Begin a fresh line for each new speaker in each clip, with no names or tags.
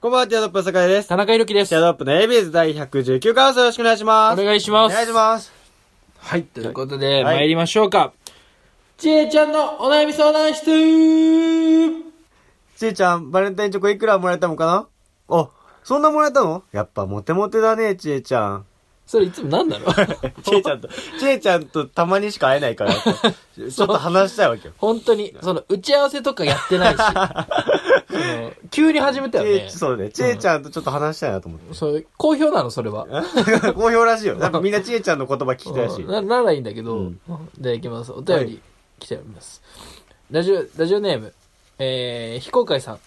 こんばんは、ティアドロップの坂井です。
田中裕樹です。
ティアドロップのエビーズ第119回放送よろしくお願いしま
お
す。
願いします。
ます。
はい、ということで、
はい
参りましょうか。ちえちゃんのお悩み相談室
ちーちゃん、バレンタインチョコいくらもらえたのかなあ、そんなもらえたのやっぱモテモテだね、ちーちゃん。
それいつも何なの
ちーちゃんと、ちーちゃんとたまにしか会え ないから、こうちょっと話したいわけよ。
本当に、その、打ち合わせとかやっ てないし、その急に始めたよね
ちー。そうね、ちーちゃんとちょっと話したいなと思って。
そう、好評なの、それは。
好評らしいよ。なんかみんなちーちゃんの言葉聞きたいらしい。
なならいいんだけど、でいきますお便
はい
り来ております、ラジオラジオネームえー、非公開さん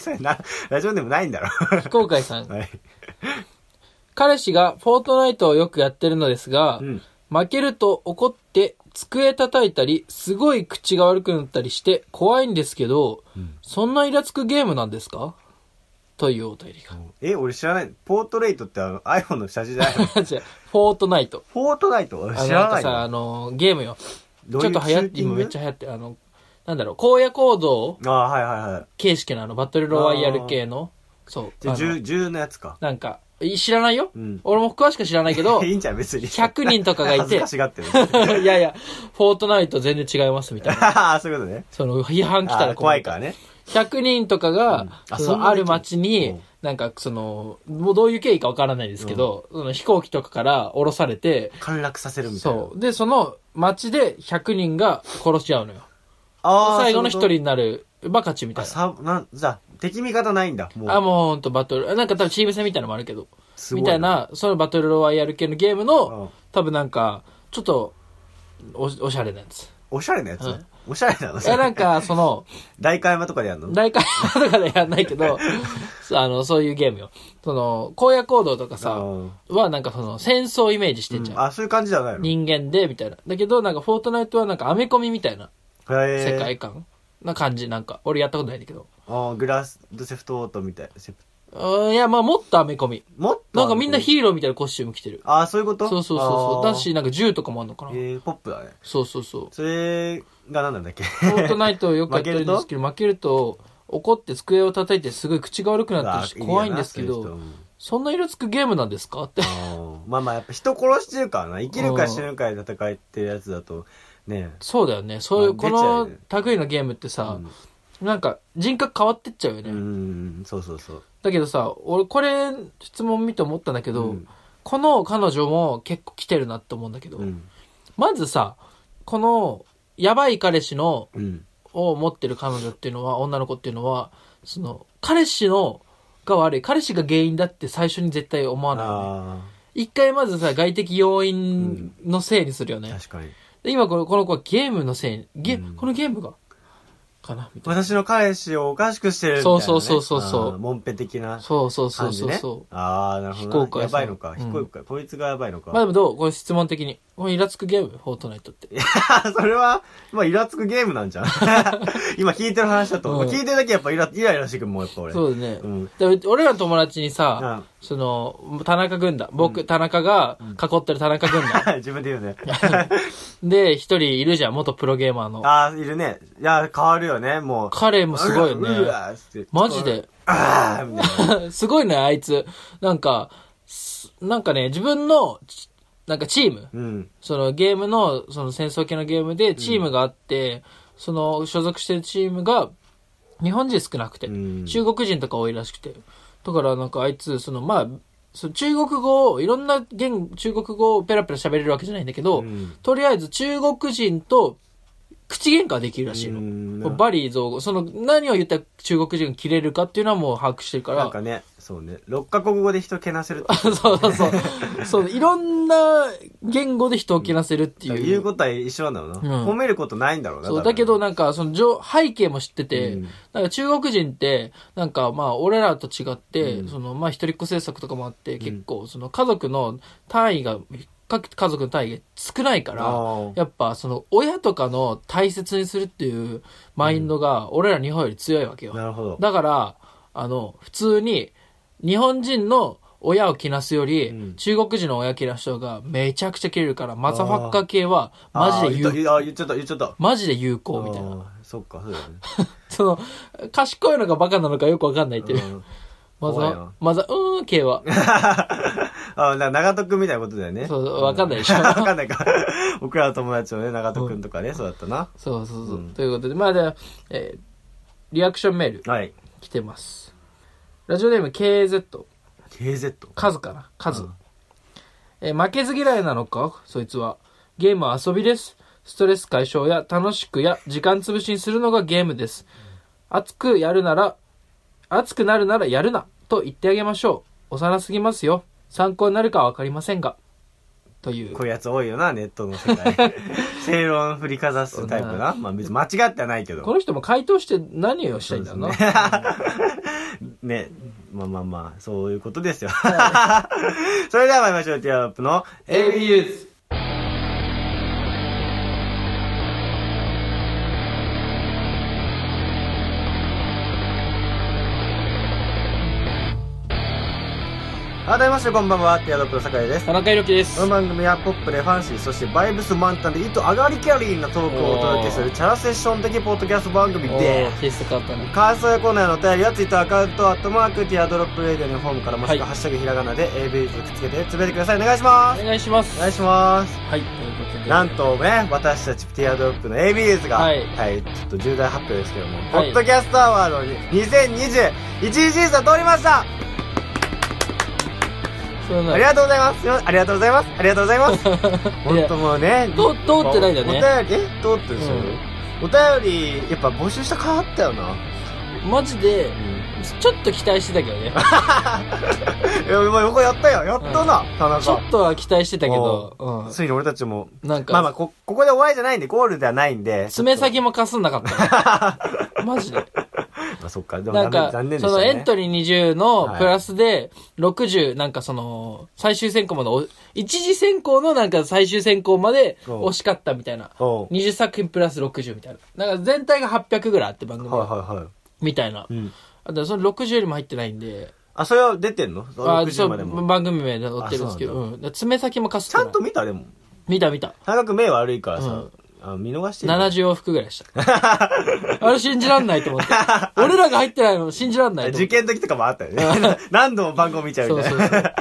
それなラジオでもないんだろ。
非公開さん
はい。
彼氏がフォートナイトをよくやってるのですが、
うん。
負けると怒って机叩いたりすごい口が悪くなったりして怖いんですけど、
うん
そんなイラつくゲームなんですかというお便りが
え、俺知らない。ポートレイトってあの iPhone の写真じゃないの
違うフォートナイト
フォートナイト俺
あの
知
なん
らな
か
い
さあ
よ。
のゲームよち
ど
ょ
うい
っ
う
と流行っ
シュー
て
ティン
今
グ
めっちゃ流行ってるあのなんだろう荒野行動
ああ、はいはいはい。
形式のあのバトルロワイヤル系の、そう。
じゃ
あ
あ
の
10、10のやつか。
なんか、い知らないよ、
うん、
俺も詳しくは知らないけ ど
いいんじゃん、別に。
100人とかがいて
恥ずかしがってる。
いやいや、フォートナイト全然違いますみたいな。
ああ、そういうことね。
その批判来た
あ
ら
ー怖
困
い
る
からね。
100人とか
うん
が、
あ
そ
そん
の
な
あ
できる
る街
う
に
ん、
なんかその、もうどういう経緯かわからないですけど、その飛行機とかから降ろされて、
陥落させるみたいな。
そう。で、その街で100人が殺し合うのよ。
ああ、
最後の一
そう
人
いうこ
になる、バカチみ
と。
た
あ、
いな。
さ、なん、じゃあ敵味方ないんだ。もう。
あ、もうほんとバトル。なんか多分チーム戦みたいなのもあるけど。
すご
みたい。な、そのバトルロワイヤル系のゲームの、
うん
多分なんか、ちょっと、お、おしゃれなやつ。
おしゃれなやつ
うん
おしゃれなの
いや、なんか、その、
大会山とかでやるの
大会とかでやんないけ ど、そうあの、そういうゲームよ。その、荒野行動とか
う
さ、
ん
はなんかその、戦争をイメージしてんじゃん。
あ、そういう感じじゃないの
人間で、みたいな。だけど、なんか、フォートナイトはなんか、アメコミみたいな世
世
界観な感じ、なんか。俺やったことないんだけど。
あーグラスドセフトオートみたい。セプ
うん、いや、まあ、もっとアメコミ。
もっと
なんかみんなヒーローみたいなコスチューム着てる。
ある、あーそういうこと
そうそうそうそう。だ、
あ
し、なんか銃とかもあんのか
ー
な。
えー、ポップだね。
そうそ うそう。
それが何なんだっけ
フォートナイトをよくやってるんですけど、負けると、怒って机を叩いてすごい口が悪くなっ てるし、怖いんですけ
あーいいよ
ど、
な
そんな色つくゲームなんですかって。
そういう人うんまあまあ、やっぱ人殺してるからな。生きるか死ぬかで戦ってるやつだと、ね
そうだよね。そういう、
まあ
こ
出ちゃうよ
の
ね
類のゲームってさ、なんか人格変わってっちゃうよ
う
ね。
ん、そうそうそう。
だけどさ、俺これ質問見て思ったんだけど、
うん
この彼女も結構来てるなって思うんだけど、
うん。
まずさ、この、やばい彼氏の、
うん。
を持ってる彼女っていうのは、女の子っていうのは、その、彼氏の、が悪い。彼氏が原因だって最初に絶対思わないよ
あ
ね、一回まずさ、外的要因のせいにするよ
あ、
ね。
確かに。
で今このこの子はゲームのせいに、ゲ、
うん
このゲームが、かな、みたい
私の彼氏をおかしくしてるみたいな、ね。
そうそうそうそうそう
あーモンペ的な
な。そうそうそ
感
う
じ
そう
ね。
そう。
ああ、なるほど
非公
な。
開
やばいのか。
そう
非公開。こいつがやばいのか。
まあでもどうこれ質問的に。このイラつくゲームフォートナイトって。
それは、まあ、イラつくゲームなんじゃん。今聞いてる話だと、
うん
聞いてるだけやっぱイラ、イライラしてくるもん、やっぱ俺。
そうだね。
うん。
で俺らの友達にさ、
あ
その、田中軍団、僕、田中が囲ってる田中軍 団。
自分で言うね。
で、一人いるじゃん、元プロゲーマーの。
ああ、いるね。いや、変わるよね、もう。
彼もすごいよね
うわって
マジで。
ああ、みたい な。
すごいね、あいつ。なんか、すなんかね、自分の、ちなんかチーム、
うん。
そのゲームの、その戦争系のゲームでチームがあって、その所属してるチームが、日本人少なくて、
うん
中国人とか多いらしくて。だからなんかあいつ、そのまあ、その中国語を、いろんな言中国語をペラペラ喋れるわけじゃないんだけ
う
ど、
ん
とりあえず中国人と口喧嘩ができるらしいの。
うん
バリー造語、その何を言ったら中国人が切れるかっていうのはもう把握してるか
な
ら
ん。かね、そうね。六カ国語で人けなせるって。
そうそうそう。そう、いろんな言語で人を切らせるっていう。
言うことは一緒なんだろうな。
うん
褒めることないんだろうな。
そう、
多分
だけど、なんか、その上、背景も知ってて、
うん
なんか中国人って、なんかまあ、俺らと違って、
うん
その、まあ、一人っ子政策とかもあって、結構、その家族の単位が、各家族の単位が少ないか
あ
ら、
ー
やっぱ、その、親とかの大切にするっていうマインドが、俺ら日本より強いわけよ。
なるほど。
だから、あの、普通に、日本人の親を着なすより、
うん
中国人の親着な人がめちゃくちゃ切れるから、マザファッカー系は、マジで
あー
有、
言ったあー言っちゃった、言っちゃった。
マジで有効みたいな。
あー。そっか、そうだよね。
その、賢いのかバカなのかよくわかんないっていう。
うん
マ
怖いな
ザ、マザ、うーん 系は。
あ、な長戸くんみたいなことだよね。
そうわかんないでしょ
わかん ないか。僕らの友達のね、長戸くんとかね、そうだったな。
そうそうそう。
うん
ということで、まあ、ではえーリアクションメール
はい。
来てます。ラジオネーム KZ。
KZ。
カズかなカズ、
うん
えー負けず嫌いなのかそいつは。ゲームは遊びです。ストレス解消や楽しくや時間潰しにするのがゲームです。熱くやるなら、熱くなるならやるなと言ってあげましょう。幼すぎますよ。参考になるかはわかりませんが。という
こ。ういうやつ多いよな、ネットの世界。 正論振りかざすタイプな。まあ別に間違ってはないけど。
この人も回答して何をしたいんだろうな。
ね、まあまあまあ、そういうことですよ。 それでは参りましょう、ティアドロップの
AB ユーズ。
改めましてこんばんは、ティアドロップの酒井です
田。中裕樹です
この。番組はポップでファンシー、そしてバイブス満タンで糸上がりキャリーなトークをお届けするチャラセッション的ポッドキャスト番組
お
で
ー、テイスト変わったね。
感想やコーナーのお便りはツイッターアカウント、アットマーク、ティアドロップレディオのフォームからもしくは
はい
ハッシュタグひらがなで AB とくっつけてつぶやいてください。お願いします
お。願いします。
お願いします。
はい、ということで。
なんとね、私たちティアドロップの AB ですが、は、
はいい
ちょっと重大発表ですけども、
はい
ポッドキャストアワードに2021審査通りました、
そう
あ
なん
りが
だ
とうございますすいませんありがとうございますありがとうございます 本当もうね、
通通ってないんだね。
お便り、え通ってるんですよ、お便り、やっぱ募集したかあったよな。
マジで
う、ん。
ちょっと期待してたけどね。
いや、もう横やったよ。やったな、田
ちょ
中
っ。とは期待してたけど、う
ついに俺たちも。
ん。なん
まあまあ、
か、
こ、ここで終わりじゃないんで、ゴールではないんで。
爪
ち
先もかすんなか った。マジで。
ょっと。まあ、そっか。でも
なんか、
残念でしたね。
そのエントリー20の
はい
プラスで、60、なんかその、最終選考までお、一次選考のなんか最終選考まで
うん
惜しかったみたいな。
おう
20作品プラス60みたいな。なんか全体が800ぐらいあって番組が。
はいはいはい。
みたいな
う。ん。
あとその60よりも入ってないんで。
あ、それは出てんの
あ
?60
そ
まで
う、
も。
番組名で載ってるんですけど、
あそう
うん。だから爪先もかすっ
ち
て
ゃ
ない
んと見たでも。
見た見た。
田中君目悪いから
う
さ
ん、
あ見逃してる。
70往復ぐらいした。 あれ信じらんないと思って。俺らが入ってないの信じらんないと
受
思って。
験の時とかもあったよね。 何度も番号見ちゃうみたい
そうそう
な。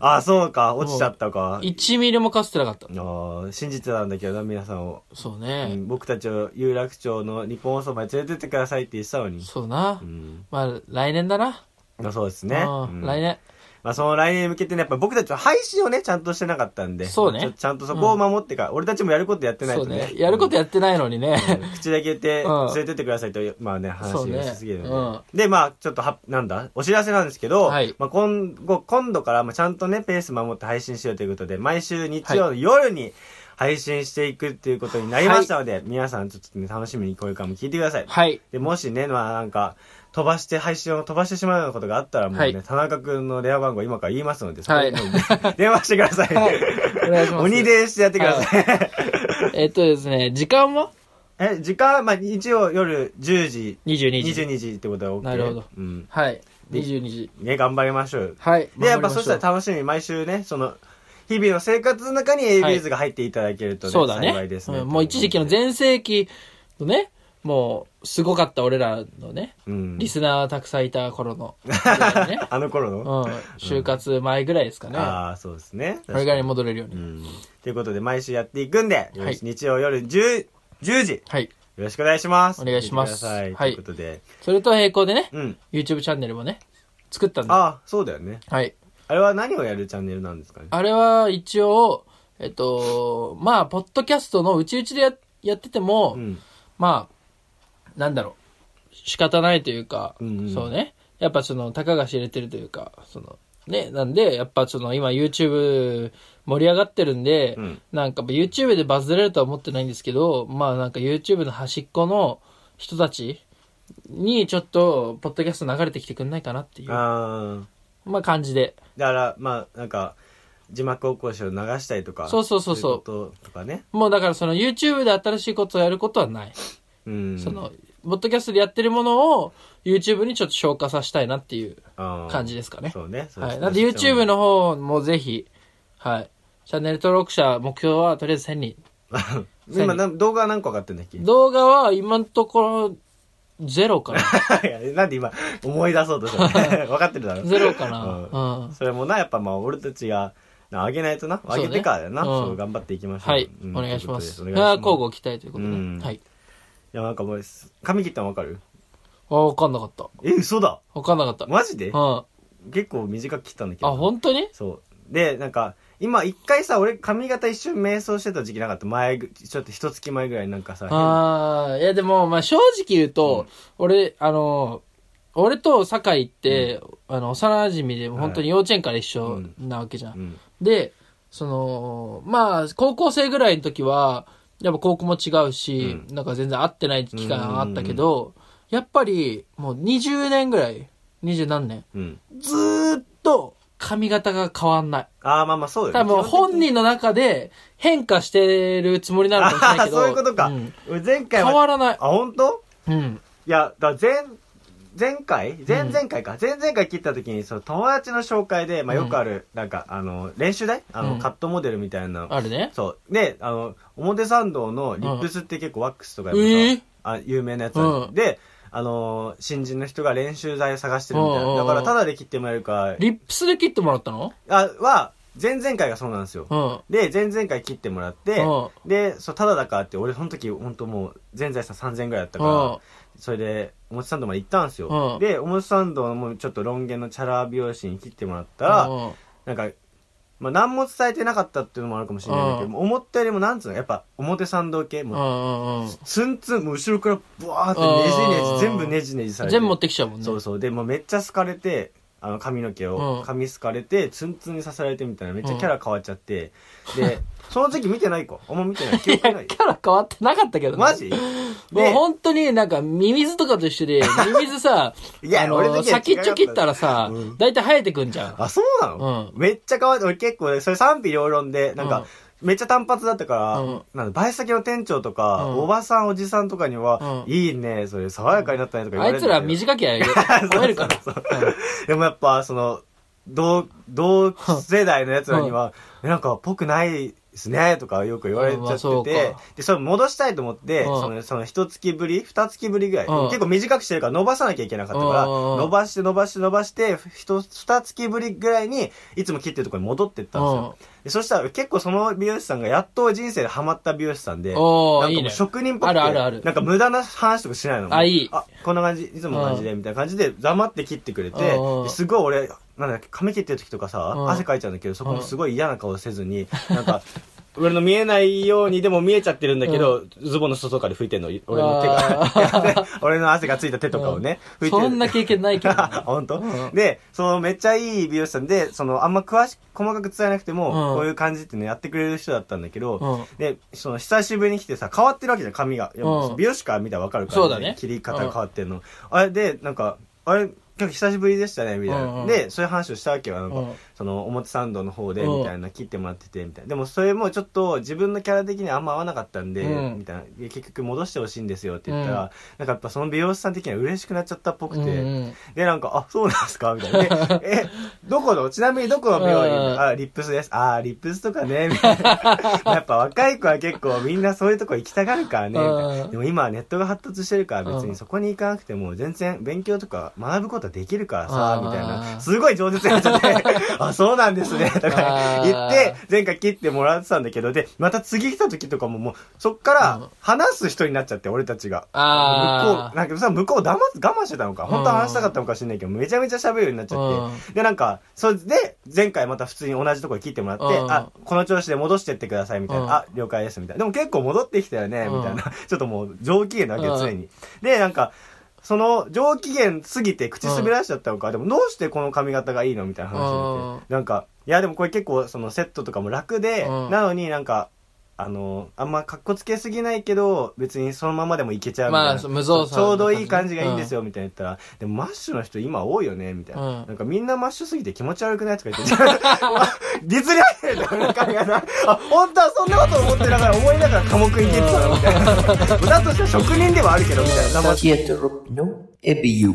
あ、そうか。落ちちゃったか。
1ミリもかすってなかった。
あー信じてたんだけどな、皆さんを。
そう
う
ね。
ん僕たちを有楽町の日本放送まで連れてってくださいって言ってたのに。
そうな
う。ん。
まあ、来年だな。
まあそうですね。
うん
うん
来。年。
まあその来年に向けてね、やっぱ僕たちは配信をね、ちゃんとしてなかったんで。
そうね
ちょちゃんとそこを守ってから、俺たちもやることやってない
そ
と
う
ね
ね。。やることやってないのにね。
口だけ言って、
うん
連れてってくださいと、まあね、
そ
話
うね
がしすぎるので。
うん
で、まあ、ちょっとは、なんだ、お知らせなんですけど、
はい
まあ、今後、今度から、まあ、ちゃんとね、ペース守って配信しようということで、毎週日曜の夜に配信していくっていうことになりましたので、皆さんちょっとね、楽しみにこれからも聞いてください。
はい。
で、もしね、まあなんか、飛ばして、配信を飛ばしてしまうようなことがあったら、もうね、
はい
田中くんの電話番号今から言いますので、
はい
そこにもう電話してください。
はいお願いします
鬼電してやってください。
えっとですね、時間は
え、時間、まあ一応夜10時、
?22 時。
22時ってことは OK。
なるほど
うん。
はい。22時。
ね、頑張りましょう。
はい。
で、やっぱ
頑張りまょう
そしたら楽しみ、毎週ね、その、日々の生活の中に ABS が入っていただけるとね、
そうだ
幸い
ね
ですね。
うんもう一時期の全盛期のね、もう、すごかった俺らのね、
うん
リスナーたくさんいた頃の、 ね、
あの頃
うん
の、、
就活前ぐらいですかね。
ああ、そうですね。
これぐらいに戻れるよ
う
うに。
んということで、毎週やっていくんで、
はい
日曜夜 10, 10時、よ
はい。
ろしくお願いします。
お願いします
見てください。
はい
ということで、
それと並行でね、
うん。
YouTube チャンネルもね、作ったんで。
ああ、そうだよね。
はい。
あれは何をやるチャンネルなんですかね。
あれは一応、えっと、まあ、ポッドキャストのうちうちでややってても、
うん。
まあ、なんだろう、仕方ないというか、
うんうん
そうね。やっぱその、たかが知れてるというか、その、ね、なんで、やっぱその、今 YouTube 盛り上がってるんで、
うん
なんか YouTube でバズれるとは思ってないんですけど、まあなんか YouTube の端っこの人たちにちょっと、ポッドキャスト流れてきてくんないかなっていう、
ああ。
まあ感じで。
だから、まあ、なんか、字幕起こしを流したりとか。
そうそうそうそう
いこととかね。
もうだからその YouTube で新しいことをやることはない。
うん。
その、ポッドキャストでやってるものを YouTube にちょっと消化させたいなっていう感
感
じですかね。
そうね。そう
はい。なんで YouTube。の方もぜひ、はい。チャンネル登録者目標はとりあえず1000人。
今、な動画は何個上がってんだっけ
動画は今のところゼロ かな。
いやなんで今思い出そうとしたの 分かってるだろ
ゼロか
うん
な。うん。
それもなやっぱまあ俺たちがなあげないとなあげてからだよな
そ
そう
ね
う、
うん
頑張っていきましょう
はい
うん。
お願いしま
と
す。
う
あ
こと
あ
でお願いします
ー、交互期待ということ
うん
で。はい。
いやなんかもう髪切ったの分かる
ああ、わかんなかった。
え嘘だ
わかんなかった。うん。
マジで
あ、
結構短く切ったんだけど
本当に
そうでなんか今一回さ俺髪型一瞬迷走してた時期なかった前ぐちょっと一月前ぐらいなんかさ
ああ、いやでも、まあ正直言うと、俺、あの、俺と酒井って、あの、幼馴染で、本当に幼稚園から一緒なわけじゃん
変うん
で、その、まあ、高校生ぐらいの時は、やっぱ高校も違うし、なんか全然会ってない期間があったけど、やっぱり、もう20年ぐらい、20何年、
うん
ずーっと髪型が変わんない。
ああまあまあそうよね
多分
基本的
本人の中で変化してるつもりなのかもしれないけど。
あ ーそういうことか
ん
に俺前回
変
は
わらない。
あ本当
うん。
いや、だから前、前回前々回か、前々回切った時に、その友達の紹介で、まあ
うん
よくある、なんか、あの、練習台あの、
うん
カットモデルみたいなの。
あるね。
そう。で、あの、表参道のリップスって結構ワックスとかやっぱさ
ええ
あ有名なやつある
うん
で、あのー新人の人が練習台を探してるみたい
うんうんう
な。
ん
だから、ただで切ってもらえるか、
リップスで切ってもらったの
あは、前々回がそうなんですよ
う。ん。
で、前々回切ってもらって
うん、
で、そう、ただだからって、俺、その時、本当もう、全財産3000円ぐらいだったから、それで、表参道まで行ったんですよ。
うん
で、表参道のもうちょっとロン毛のチャラ美容師に切ってもらったら、
うん。うん
なんか、まあ何も伝えてなかったっていうのもあるかもしれないんだけ
うん
ど、思ったよりもなんつうの、やっぱ表参道系、
う
もう、
んうんうん。
ツンツン、もう後ろからブワーってねじね
うん
じ、全部ねじねじされて。
全部持ってきちゃうもんね。
そうそう。で、もうめっちゃ好かれて、あの髪の毛
う
を
ん、
髪好かれて、ツンツンにさせられてみたいな、めっちゃキャラ変わっちゃって、で、その時期見てない子、あんま見てない、記憶 ない
キ。ャラ変わってなかったけどね
マジ
もう本当になんかミミズとかと一 緒で、ミミズさ、
いや
あ
俺の
の、
時は違かった
先っちょ切ったらさ
う、
大体生えてくんじゃん。
あ、そうなの、めっちゃ可愛い。俺結構ね、それ賛否両論で、なんか、めっちゃ単発だったから、
うん
なんだ、バイト先の店長とか、
うん
おばさん、おじさんとかには、
うん
いいね、それ、爽やかになったねとか言
あ
われ
い
る
つら短き ゃ
そう
褒めるから。
そうそうでもやっぱ、その、同、同世代のやつらには、なんか、ぽくないですね、とかよく言われち
うんま
ゃ
あ
っ
そう
て
か
て、で、それ戻したいと思って、
うん
その、その、一月ぶり二月ぶりぐらい、
うん
結構短くしてるから伸ばさなきゃいけなかったから、
うんうんうん
伸ばして伸ばして伸ばして、ひと二月ぶりぐらいに、いつも切ってるところに戻ってったんですよ。でそしたら結構その美容師さんがやっと人生でハマった美容師さんで、
おー
なん
い
かも
いね
う職人っぽくて、
あるあるある
なんか無駄な話とかしないの。
あいい
あ、こんな感じ、いつもの感じで、みたいな感じで黙って切ってくれて
うん、
ですごい俺、なんだっけ髪切ってる時とかさ
う、ん
汗かいちゃうんだけど、そこもすごい嫌な顔せずに、なんか、 俺の見えないようにでも見えちゃってるんだけど、ズボンの外から拭いてんの、俺の手
あ
が。 俺の汗がついた手とかをね、拭
う
い
ん。
てる。
そんな経験ないけど
あ
な。
本当、
うん
で、そのめっちゃいい美容師さんで、そのあんま詳しく、細かく伝えなくても、
うん
こういう感じってね、やってくれる人だったんだけど、
うん
で、その久しぶりに来てさ、変わってるわけじゃん、髪が。いや
うん
美容師から見たらわかるから、
そうだね
切り方が変わってんの。あれで、なんか、あれ、結構久しぶりでしたね、みたいな。
うんうん
で、そういう話をしたわけよ、なんか、
うん
その表参道の方で、
うん
みたいな、切ってもらってて、みたいな。でもそれもちょっと自分のキャラ的にはあんま合わなかったんで、
うん
みたいな。で結局戻してほしいんですよって言ったら、
うん
なんかやっぱその美容師さん的には嬉しくなっちゃったっぽくて、
うんうん
で、なんか、あ、そうなんですかみたい な。でえ、どこの、ちなみにどこの病
うん
院あ、リップスです。あー、リップスとかね、みたい な。やっぱ若い子は結構みんなそういうとこ行きたがるからね、みたい
うん
な。でも今はネットが発達してるから別
うん
にそこに行かなくても全然勉強とか学ぶことはできるからさ、
うん
みたいな。
うん
すごい上手になっちゃって、 あ、そうなんですね、とか
うん
言って、前回切ってもらってたんだけど、で、また次来た時とかももう、そっか
うん
ら話す人になっちゃって、俺たちが。向こ
あ
う、なんかさ、向こう黙っ我慢してたのか。本当は話したかったのかもしれないけど、めちゃめちゃ喋るようになっちゃって。で、なんか、それで、前回また普通に同じとこに切ってもらって、
うん
あ、この調子で戻してってください、みたい
うん
な。あ、了解です、みたいな。でも結構戻ってきたよね、
うん
みたいな。 ちょっともう、上機嫌なわけ
う
よ、
ん
常に。で、なんか、その、上機嫌すぎて口滑らしちゃったのか、でもどうしてこの髪型がいいのみたいな話になって。なんか、いや、でもこれ結構、その、セットとかも楽で、
うん
なのになんか、あの、あんまかっこつけすぎないけど、別にそのままでもいけちゃうみたいな。
まあそう無造
ち
作な感じね
ょうどいい感じがいいんですよ、みたいな言ったら、でもマッシュの人今多いよね、みたいな。
うん
なんかみんなマッシュすぎて気持ち悪くないとか言って、 あディズニーてるんだよ、髪型。あ、本当はそんなこと思ってながら思いながら科目いけてたの、みたいな。だとしたら職人ではあるけど、みたいな。
Está quieto, no abuse.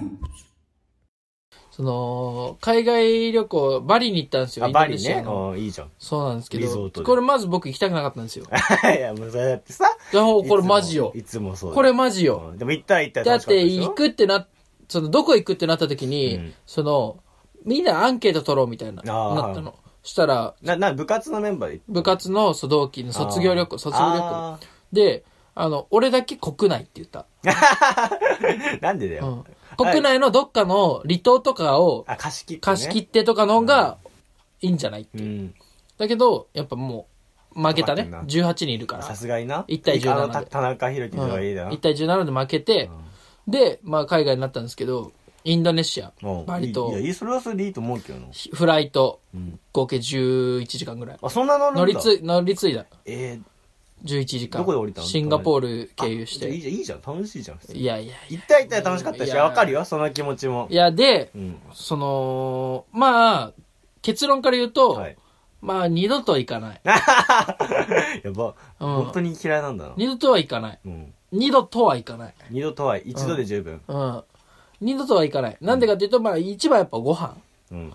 その、海外旅行、バリに行ったんですよ。
あ、
インド
バ
ネ
リ
シア
ね。
の
うんいいじゃん。
そうなんですけ
リゾート
ど、
で
これまず僕行きたくなかったんですよ。
いや、もうそれだってさ。
いやこ
い
れ
つも
マジよ。
いつもそうだ。
これマジよ。
うんでも行ったら行ったら
だっ
楽しかった
て
でしょ
行くってな、その、どこ行くってなった時に、
うん
その、みんなアンケート取ろうみたいな、
あー
なったの。したら、
な、な、部活のメンバーで行っ
部活のそう同期の
た
卒業旅行、卒業旅行。
あ
で、あの、俺だけ国内って言った。
ー なんでだ
う
よ
ん。国内のどっかの離島とかを
あ、貸し切ってね。
貸し切ってとかの方がいいんじゃない
うん。
だけど、やっぱもう、負けたね
負。け
18人いるから。
さすがにな。
一対17
あのた田中裕樹
う
の
ん
方がいいだな。
1対17で負けて、で、まあ海外になったんですけど、インドネシア、
うん
バリ
い
と
や、、いいそれはそれでいいと思うけどな。
フライト、
うん。
合計11時間ぐらい。
あ、そんな乗るんだ
乗りつい、乗り継いだ。
えー
11時間。
どこで降りたの
シンガポール経由し
あ
て。
いい
い
じゃん、いいじゃん、楽しいじゃん。普通に
やいやいや。
行った行ったら楽しかった
い
し、
や
わかるよ、その気持ちも
い。や、で
う、ん。
その、まあ、結論から言うと、
はい。
まあ、二度とは行かない。
やば。
うん
本当に嫌いなんだな。
二度とは行かない。
うん。
二度とは行かない。
二度とは一度で十分。
うん。二度とは行かない。なんでかっていうと、まあ、一番やっぱご飯。
うん。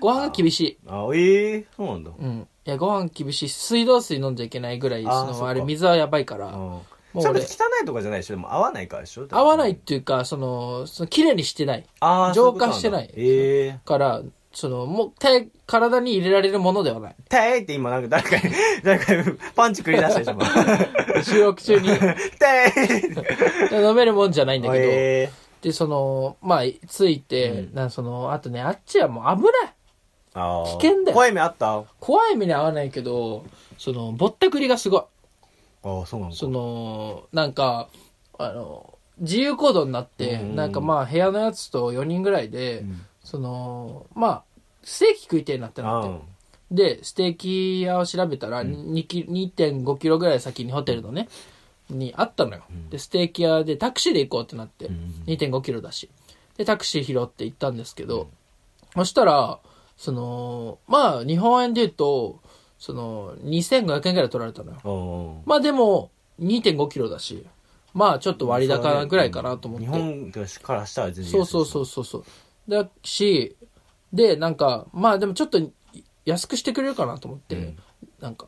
ご飯が厳しい。
あ、ええ、そうなんだ。
うん。いや、ご飯厳しいし水道水飲んじゃいけないぐらい、そ
あーそっ
の、
か
あれ、水はやばいから。
うん。
もう
それ
俺
汚いとかじゃないでしょでも合わないからでしょ
合わないっ。ていうか、その、その綺麗にしてない。
ああ、
浄化してない
そううことんだええ。
から、その、もう、体、体に入れられるもので はない。
てーって今なんか誰かに、誰かにパンチ繰り出したでしょ今
収録中に
てーって。
飲めるもんじゃないんだけど。
え
で、その、まあ、ついて、
うん
なんその、あとね、あっちはもう危ない。
ーあー
危険だよ
怖い目あったあ
怖い目に遭わないけど、その、ぼったくりがすごい。
あ、そうなのか
その、なんか、あの、自由行動になって、
うん
なんかまあ、部屋のやつと4人ぐらいで、
うん
その、まあ、ステーキ食いてえなってなって。で、ステーキ屋を調べたら、にき2.5キロぐらい先にホテルのね、にあったのよ。
ん
で、ステーキ屋でタクシーで行こうってなって、
ん
2.5キロだし。で、タクシー拾って行ったんですけど、そしたら、その、まあ、日本円で言うと、その、2500円ぐらい取られたのよ。
うん。うん
まあでも、2.5キロだし、まあちょっと割高ぐらいかなと思って。
日本からしたら全然安い
そうそうそうそうそう。だし、で、なんか、まあでもちょっと安くしてくれるかなと思って、
うん
なんか、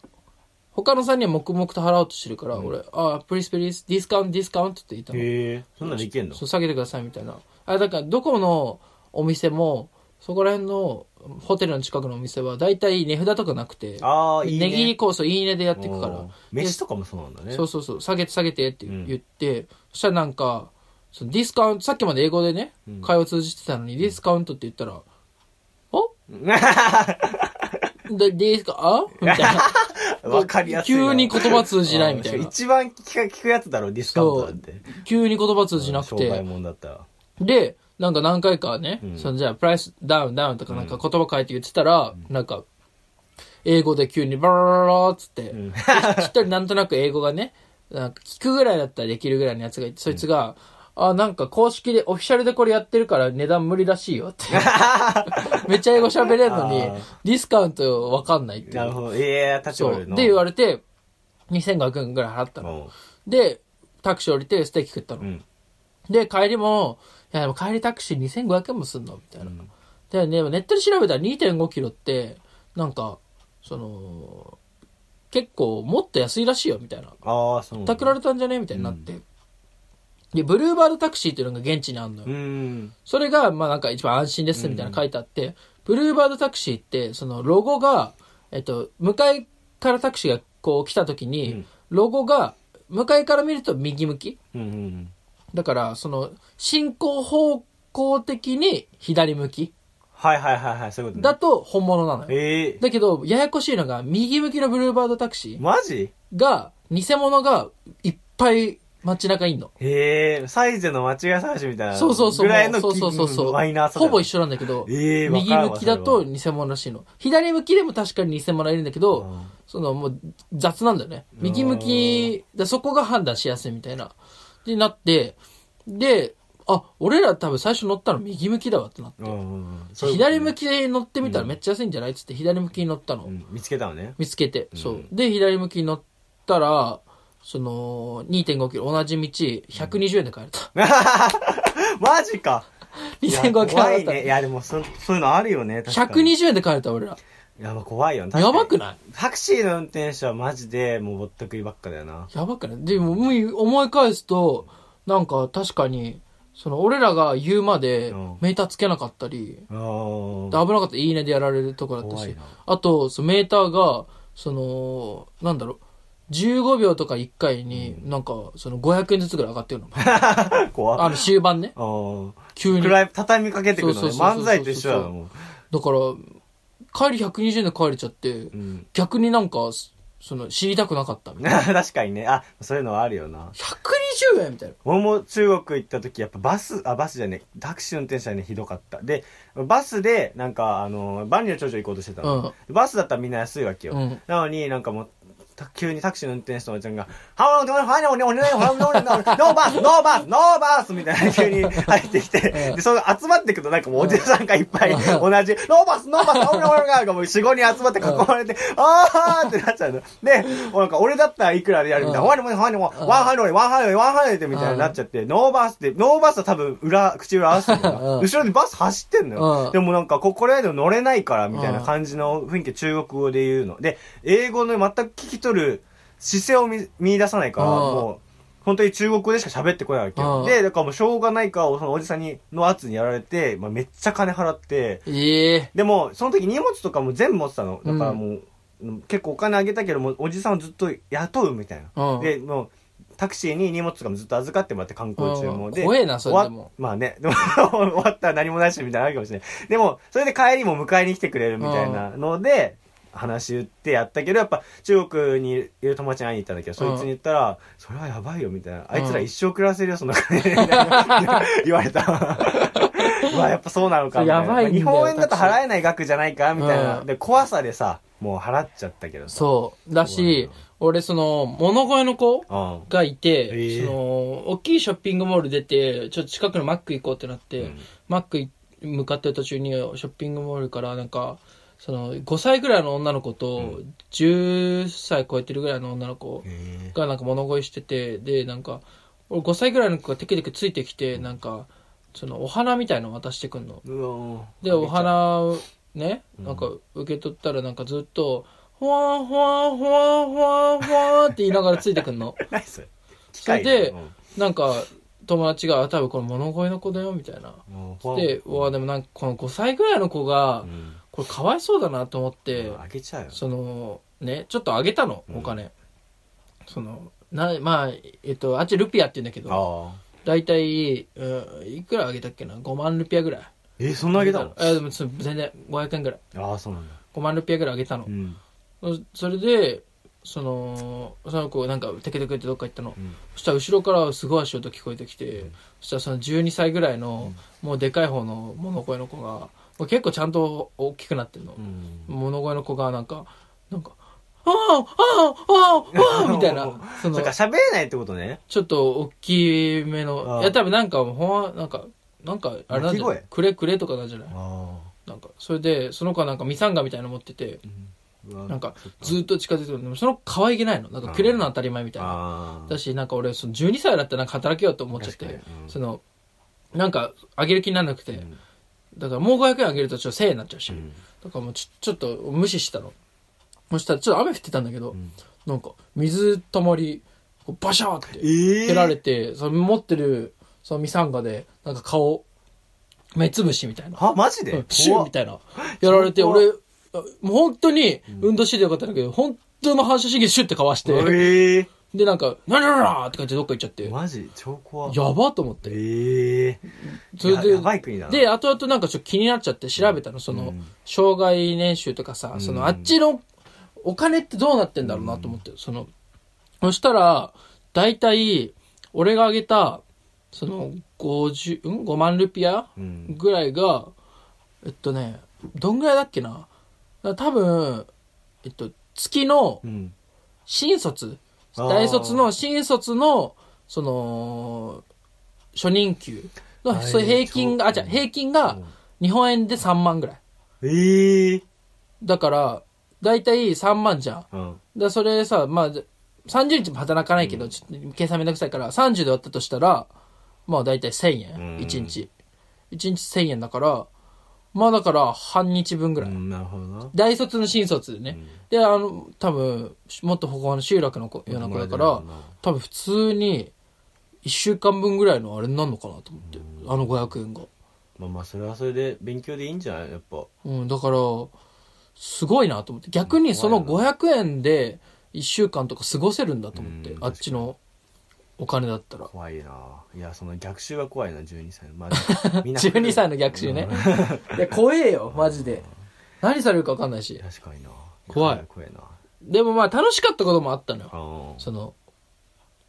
他の3人は黙々と払おうとしてるから、俺、ああ、プリスプリス、ディスカウント、ディスカウントって言ったの。
へえそんなのいけんの
そう、下げてくださいみたいな。あ、だから、どこのお店も、そこら辺のホテルの近くのお店は、だいたい値札とかなくて、
ああいいね
値切りコース、いいねでやっていくか
お
ら
ー。飯とかもそうなんだね
そうそうそう、下げて下げてって言って、そしたらなんか、そのディスカウント、さっきまで英語でね、
うん
会話通じてたのに、ディスカウントって言っ たら、おでディスカ、あみたいな。
わかりやすいな
急に言葉通じないみたいな
うん一番聞く聞くやつだろディスカウントなんて
急に言葉通じなく
商売
て。
もんだったら
で、なんか何回かね、
うん
そのじゃあ、プライスダウンダウンとかなんか言葉変えて言ってたら、なんか、英語で急にバララララーっつって、
ん
一人なんとなく英語がね、なんか聞くぐらいだったらできるぐらいのやつがいて、そいつが、あ、なんか公式で、オフィシャルでこれやってる から値段無理らしいよって。めっちゃ英語喋れんのに
あー、
ディスカウントわかんないってい
なる
う。
ほどええ立ち
そ
寄る
う。
の
で言わ
れ
れて、2500円ぐらい払ったの。
う
で、タクシー降りてステーキ食ったの。
ん
で、帰りも、いや、でも帰りタクシー2500円もすんのみたいな。で、ね、ネットで調べたら2.5キロって、なんか、その、結構もっと安いらしいよ、みたいな。
ああそうなんだ
たくられたんじゃねみたいになって。で、ブルーバードタクシーっていうのが現地にあるのよ。
うん
それが、まあなんか一番安心です、みたいな書いてあって、ブルーバードタクシーって、そのロゴが、えっと、向かいからタクシーがこう来た時に、
うん
ロゴが、向かいから見ると右向き。
うんうん
だから、その、進行方向的に左向き
はいはいはいはいそういうことね
だと本物なのよ。
ええ
だけど、ややこしいのが、右向きのブルーバードタクシー
マジ
が、偽物がいっぱい街中いんの。
へえ、サイズの間違い探しみたいな。
そうそうそう。
ぐらいの
そうそうそうそう。
マイナーさだ
ほ
よね
ぼ一緒なんだけど、
ええわ
右
からんわ
向きだと偽物らしいの。左向きでも確かに偽物いるんだけど、
うん
そのもう雑なんだよね。右向き、だそこが判断しやすいみたいな。で、なって、で、あ、俺ら多分最初乗ったの右向きだわってなって。
うんうんうんそういうことね
左向きで乗ってみたらめっちゃ安いんじゃないっつって左向きに乗ったの。
うん見つけたのね。
見つけて。そうう。で、左向きに乗ったら、その、2.5キロ同じ道、120円で帰れた。
マジか
2500円
怖い
払っ
ね。い
た。
や、でもそ、そういうのあるよね。確かに。
120円で帰れた、俺ら。
いやばい、怖いよね。確か
や
に
ばくない
タクシーの運転手はマジで、もうぼったくりばっかだよな。
やばくないでも、もう思い返すと、なんか確かに、その、俺らが言うまで
うん、
メーターつけなかったり、
う
で
ん。
危なかった、いいねでやられるとこだった
怖い
し
な、
あと、そのメーターが、その、なんだろう、15秒とか1回に、なんか、その500円ずつぐらい上がっ てるの。
怖
あ
い。
の、終盤ね。
うん。
急に。だ
暗い、畳みかけてくるのね。
そうそうそうそう
漫才と一緒だもん。
から、帰り120円で帰れちゃって
う、ん。
逆になんか、その、知りたくなかったみたいな。
確かにね。あ、そういうのはあるよな。
120円みたいな。
俺も中国行った時やっぱバスあバスじゃねえタクシー運転手はねひどかったでバスでなんかあの万里の長女行こうとしてたの、バスだったらみんな安いわけよ、
うん
なのになんかもうた急にタクシーの運転手のおじちゃんが「ハロードハローお願いハローノーバスノーバスノーバス」みたいな急に入ってきて
うん
でその集まってくとなんかもうおじさんがいっぱい同じ「ノーバスノーバスノーバス」がもう45人集まって囲まれて「あー」ってなっちゃうのでもうなんか俺だったらいくらでやるみたいな「ワンハンドワンハンドワンハンドワンハンド」ってみたいになっちゃってノーバスってノーバスは多分裏口裏合わせてるの
うん
後ろにバス走ってんの
う
よ
ん
でもなんかここら辺で乗れないからみたいな感じの雰囲気中国語で言うので英語の全く聞き取る姿勢を見見出さないから
うん
もう本当に中国語でしか喋ってこないわけ
う
よ
ん
でだからもうしょうがないからそのおじさんにの圧にやられて、まあ、めっちゃ金払って
ええ
でもその時荷物とかも全部持ってたのだから
うん
もう、うん結構お金あげたけどもうおじさんをずっと雇うみたいな、
うん
でもうタクシーに荷物とかもずっと預かってもらって観光中も、
うん
で
怖えなそれでも
終わまあねで も終わったら何もないしみたいなのあるかもしれないでもそれで帰りも迎えに来てくれるみたいなので、話言ってやったけどやっぱ中国にいる友達に会いに行ったんだけど、そいつに言ったら「それはやばいよ」みたいな「あいつら一生暮らせるよその金」みたいな言われた まあやっぱそうなのかみたいな
それやばいんだよ
日本円だと払えない額じゃないかみたいな、
うん
で怖さでさもう払っちゃったけどさ
そう。だし、俺その、物声の子
うん
がいて、
ええ
その、大きいショッピングモール出て、ちょっと近くのマック行こうってなって、
うん
マックい向かってる途中に、ショッピングモールからなんか、その、5歳ぐらいの女の子と、10歳超えてるぐらいの女の子
へ
がなんか物声してて、で、なんか、俺5歳ぐらいの子がテクテクついてきて、なんか、その、お花みたいの渡してくんの。
ーうわー
でお花をねなんか受け取ったらなんかずっとほわんほわんほわんほわんほわんって言いながらついてくんの
何それ機
それ
械
で
うん
なんか友達があ「多分これ物声の子だよ」みたいな
もう
でうわでもなんかこの5歳ぐらいの子が
うん
これかわいそうだなと思って
あげちゃうよ
そのねちょっとあげたの
うん
お金そのなまあえっとあっちルピアって言うんだけ
あ
ど
あ
大体うんいくらあげたっけな5万ルピアぐらい
えそんなあげたの
えでもそ全然500円ぐらい
ああそうなんだ
5万ルピアぐらいあげたの
うん
それでそのその子なんかテケテケってどっか行ったの、
うん
そしたら後ろからすごい足音聞こえてきて、そしたらその12歳ぐらいの、もうでかい方の物声の子がもう結構ちゃんと大きくなってんの、
うん
物声の子がなんかなんか「ああああああ」みたいなそ
そ
の
っか喋れないってことね
ちょっと大きめの
ああ
いや多分なんかほんわなんかなんかあれなんじゃな
鳴き声
いくれくれとかなんじゃない
あ
なんかそれでその子はなんかミサンガみたいなの持ってて、
あ
なんか、ずーっと近づいてくる。でも、その子可愛げないの。なんか、くれるの当たり前みたいな。
ああ
だし、なんか俺、その12歳だったらなんか働けようと思っちゃっ
確
て
かにう、ん
その、なんか、あげる気にならなくて、
ん
だからもう500円あげるとちょっと1000円になっちゃうし、
ん
だからもうちょ、ちょっと無視したの。そしたら、ちょっと雨降ってたんだけど、なんか、水たまり、こうバシャーって、
ええ
蹴られて、その持ってる、そのミサンガで、なんか顔、目つぶしみたいな。
はマジ
う
で
んシューみたいな。やられて、
怖っ
俺、あもう本当に、運動しててよかったんだけど、本当の反射神経シュッてかわして、
ええ
で、なんか、なにゃらって感じでどっか行っちゃって、や
マジ超怖
ばと思って。
ええ
それ
や
で
や、ばい国だな
で、後々なんかちょっと気になっちゃって調べたの、その、障害年収とかさ、その、あっちのお金ってどうなってんだろうなと思って、その、そしたら、大体、俺があげた、その、50、うん ?5 万ルピア
うん
ぐらいが、えっとね、どんぐらいだっけな。だ多分、えっと、月の
うん
新卒、
あー
大卒の新卒の、その、初任給
は
の、
い
そういう平均が、あ、じゃあ平均が日本円で3万ぐらい。
ええ
だから、だいたい3万じゃん。
うん
だそれさ、まあ、30日も働かないけど、ちょっと計算めんどくさいから、30で割ったとしたら、まあ大体1000円、
うん
1日。 1日1000円だから、まあだから半日分ぐ
う
らい。
ん、なるほどな。
大卒の新卒でね。で、あの、多分、もっと他の集落の子ような子だから、多分普通に、1週間分ぐらいのあれになるのかなと思って。あの500円が。
まあまあ、それはそれで勉強でいいんじゃないやっぱ。
うん、だから、すごいなと思って。逆にその500円で1週間とか過ごせるんだと思って
う。ん
あっちのお金だったら。
怖いないや、その逆襲は怖いな、12歳の。ま あ、みんな
12歳の逆襲ね。 いや、怖えよ、マジで。何されるか分かんないし。
確かにな。
怖い
怖いな。
でもまあ、楽しかったこともあったのよ。
あ
その、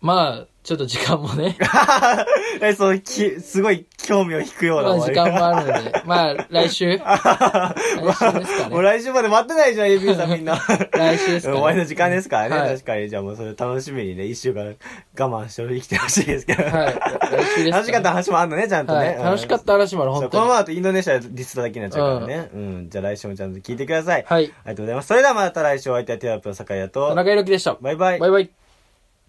まあ、ちょっと時間も ね、
あ。 え、そう、き、すごい興味を引くような
まあ時
終わ
間
り
もあるので、まあ、来週。来
も
週ですか
う
ね。
来週まで待ってないじゃん、エビューさんみんな。
来週ですか
終わりの
ね。
時間ですからね、
はい
確かに。じゃあもうそれ楽しみにね、一週間我慢して生きてほしいですけど。
はい。来週ですね
楽しかった話もあんのね、ちゃんとね。
はい。
うん
楽しかった話もある、
そう
本
このまま
当に。
だとインドネシアでディスっただけになっちゃうからね。うん。じゃあ来週もちゃんと聞いてください。あ
はい。
りがとうございます。それではまた来週お会いいたいテラピーの酒屋と
田、中裕樹でした。
バイバイ
バイ。バイ。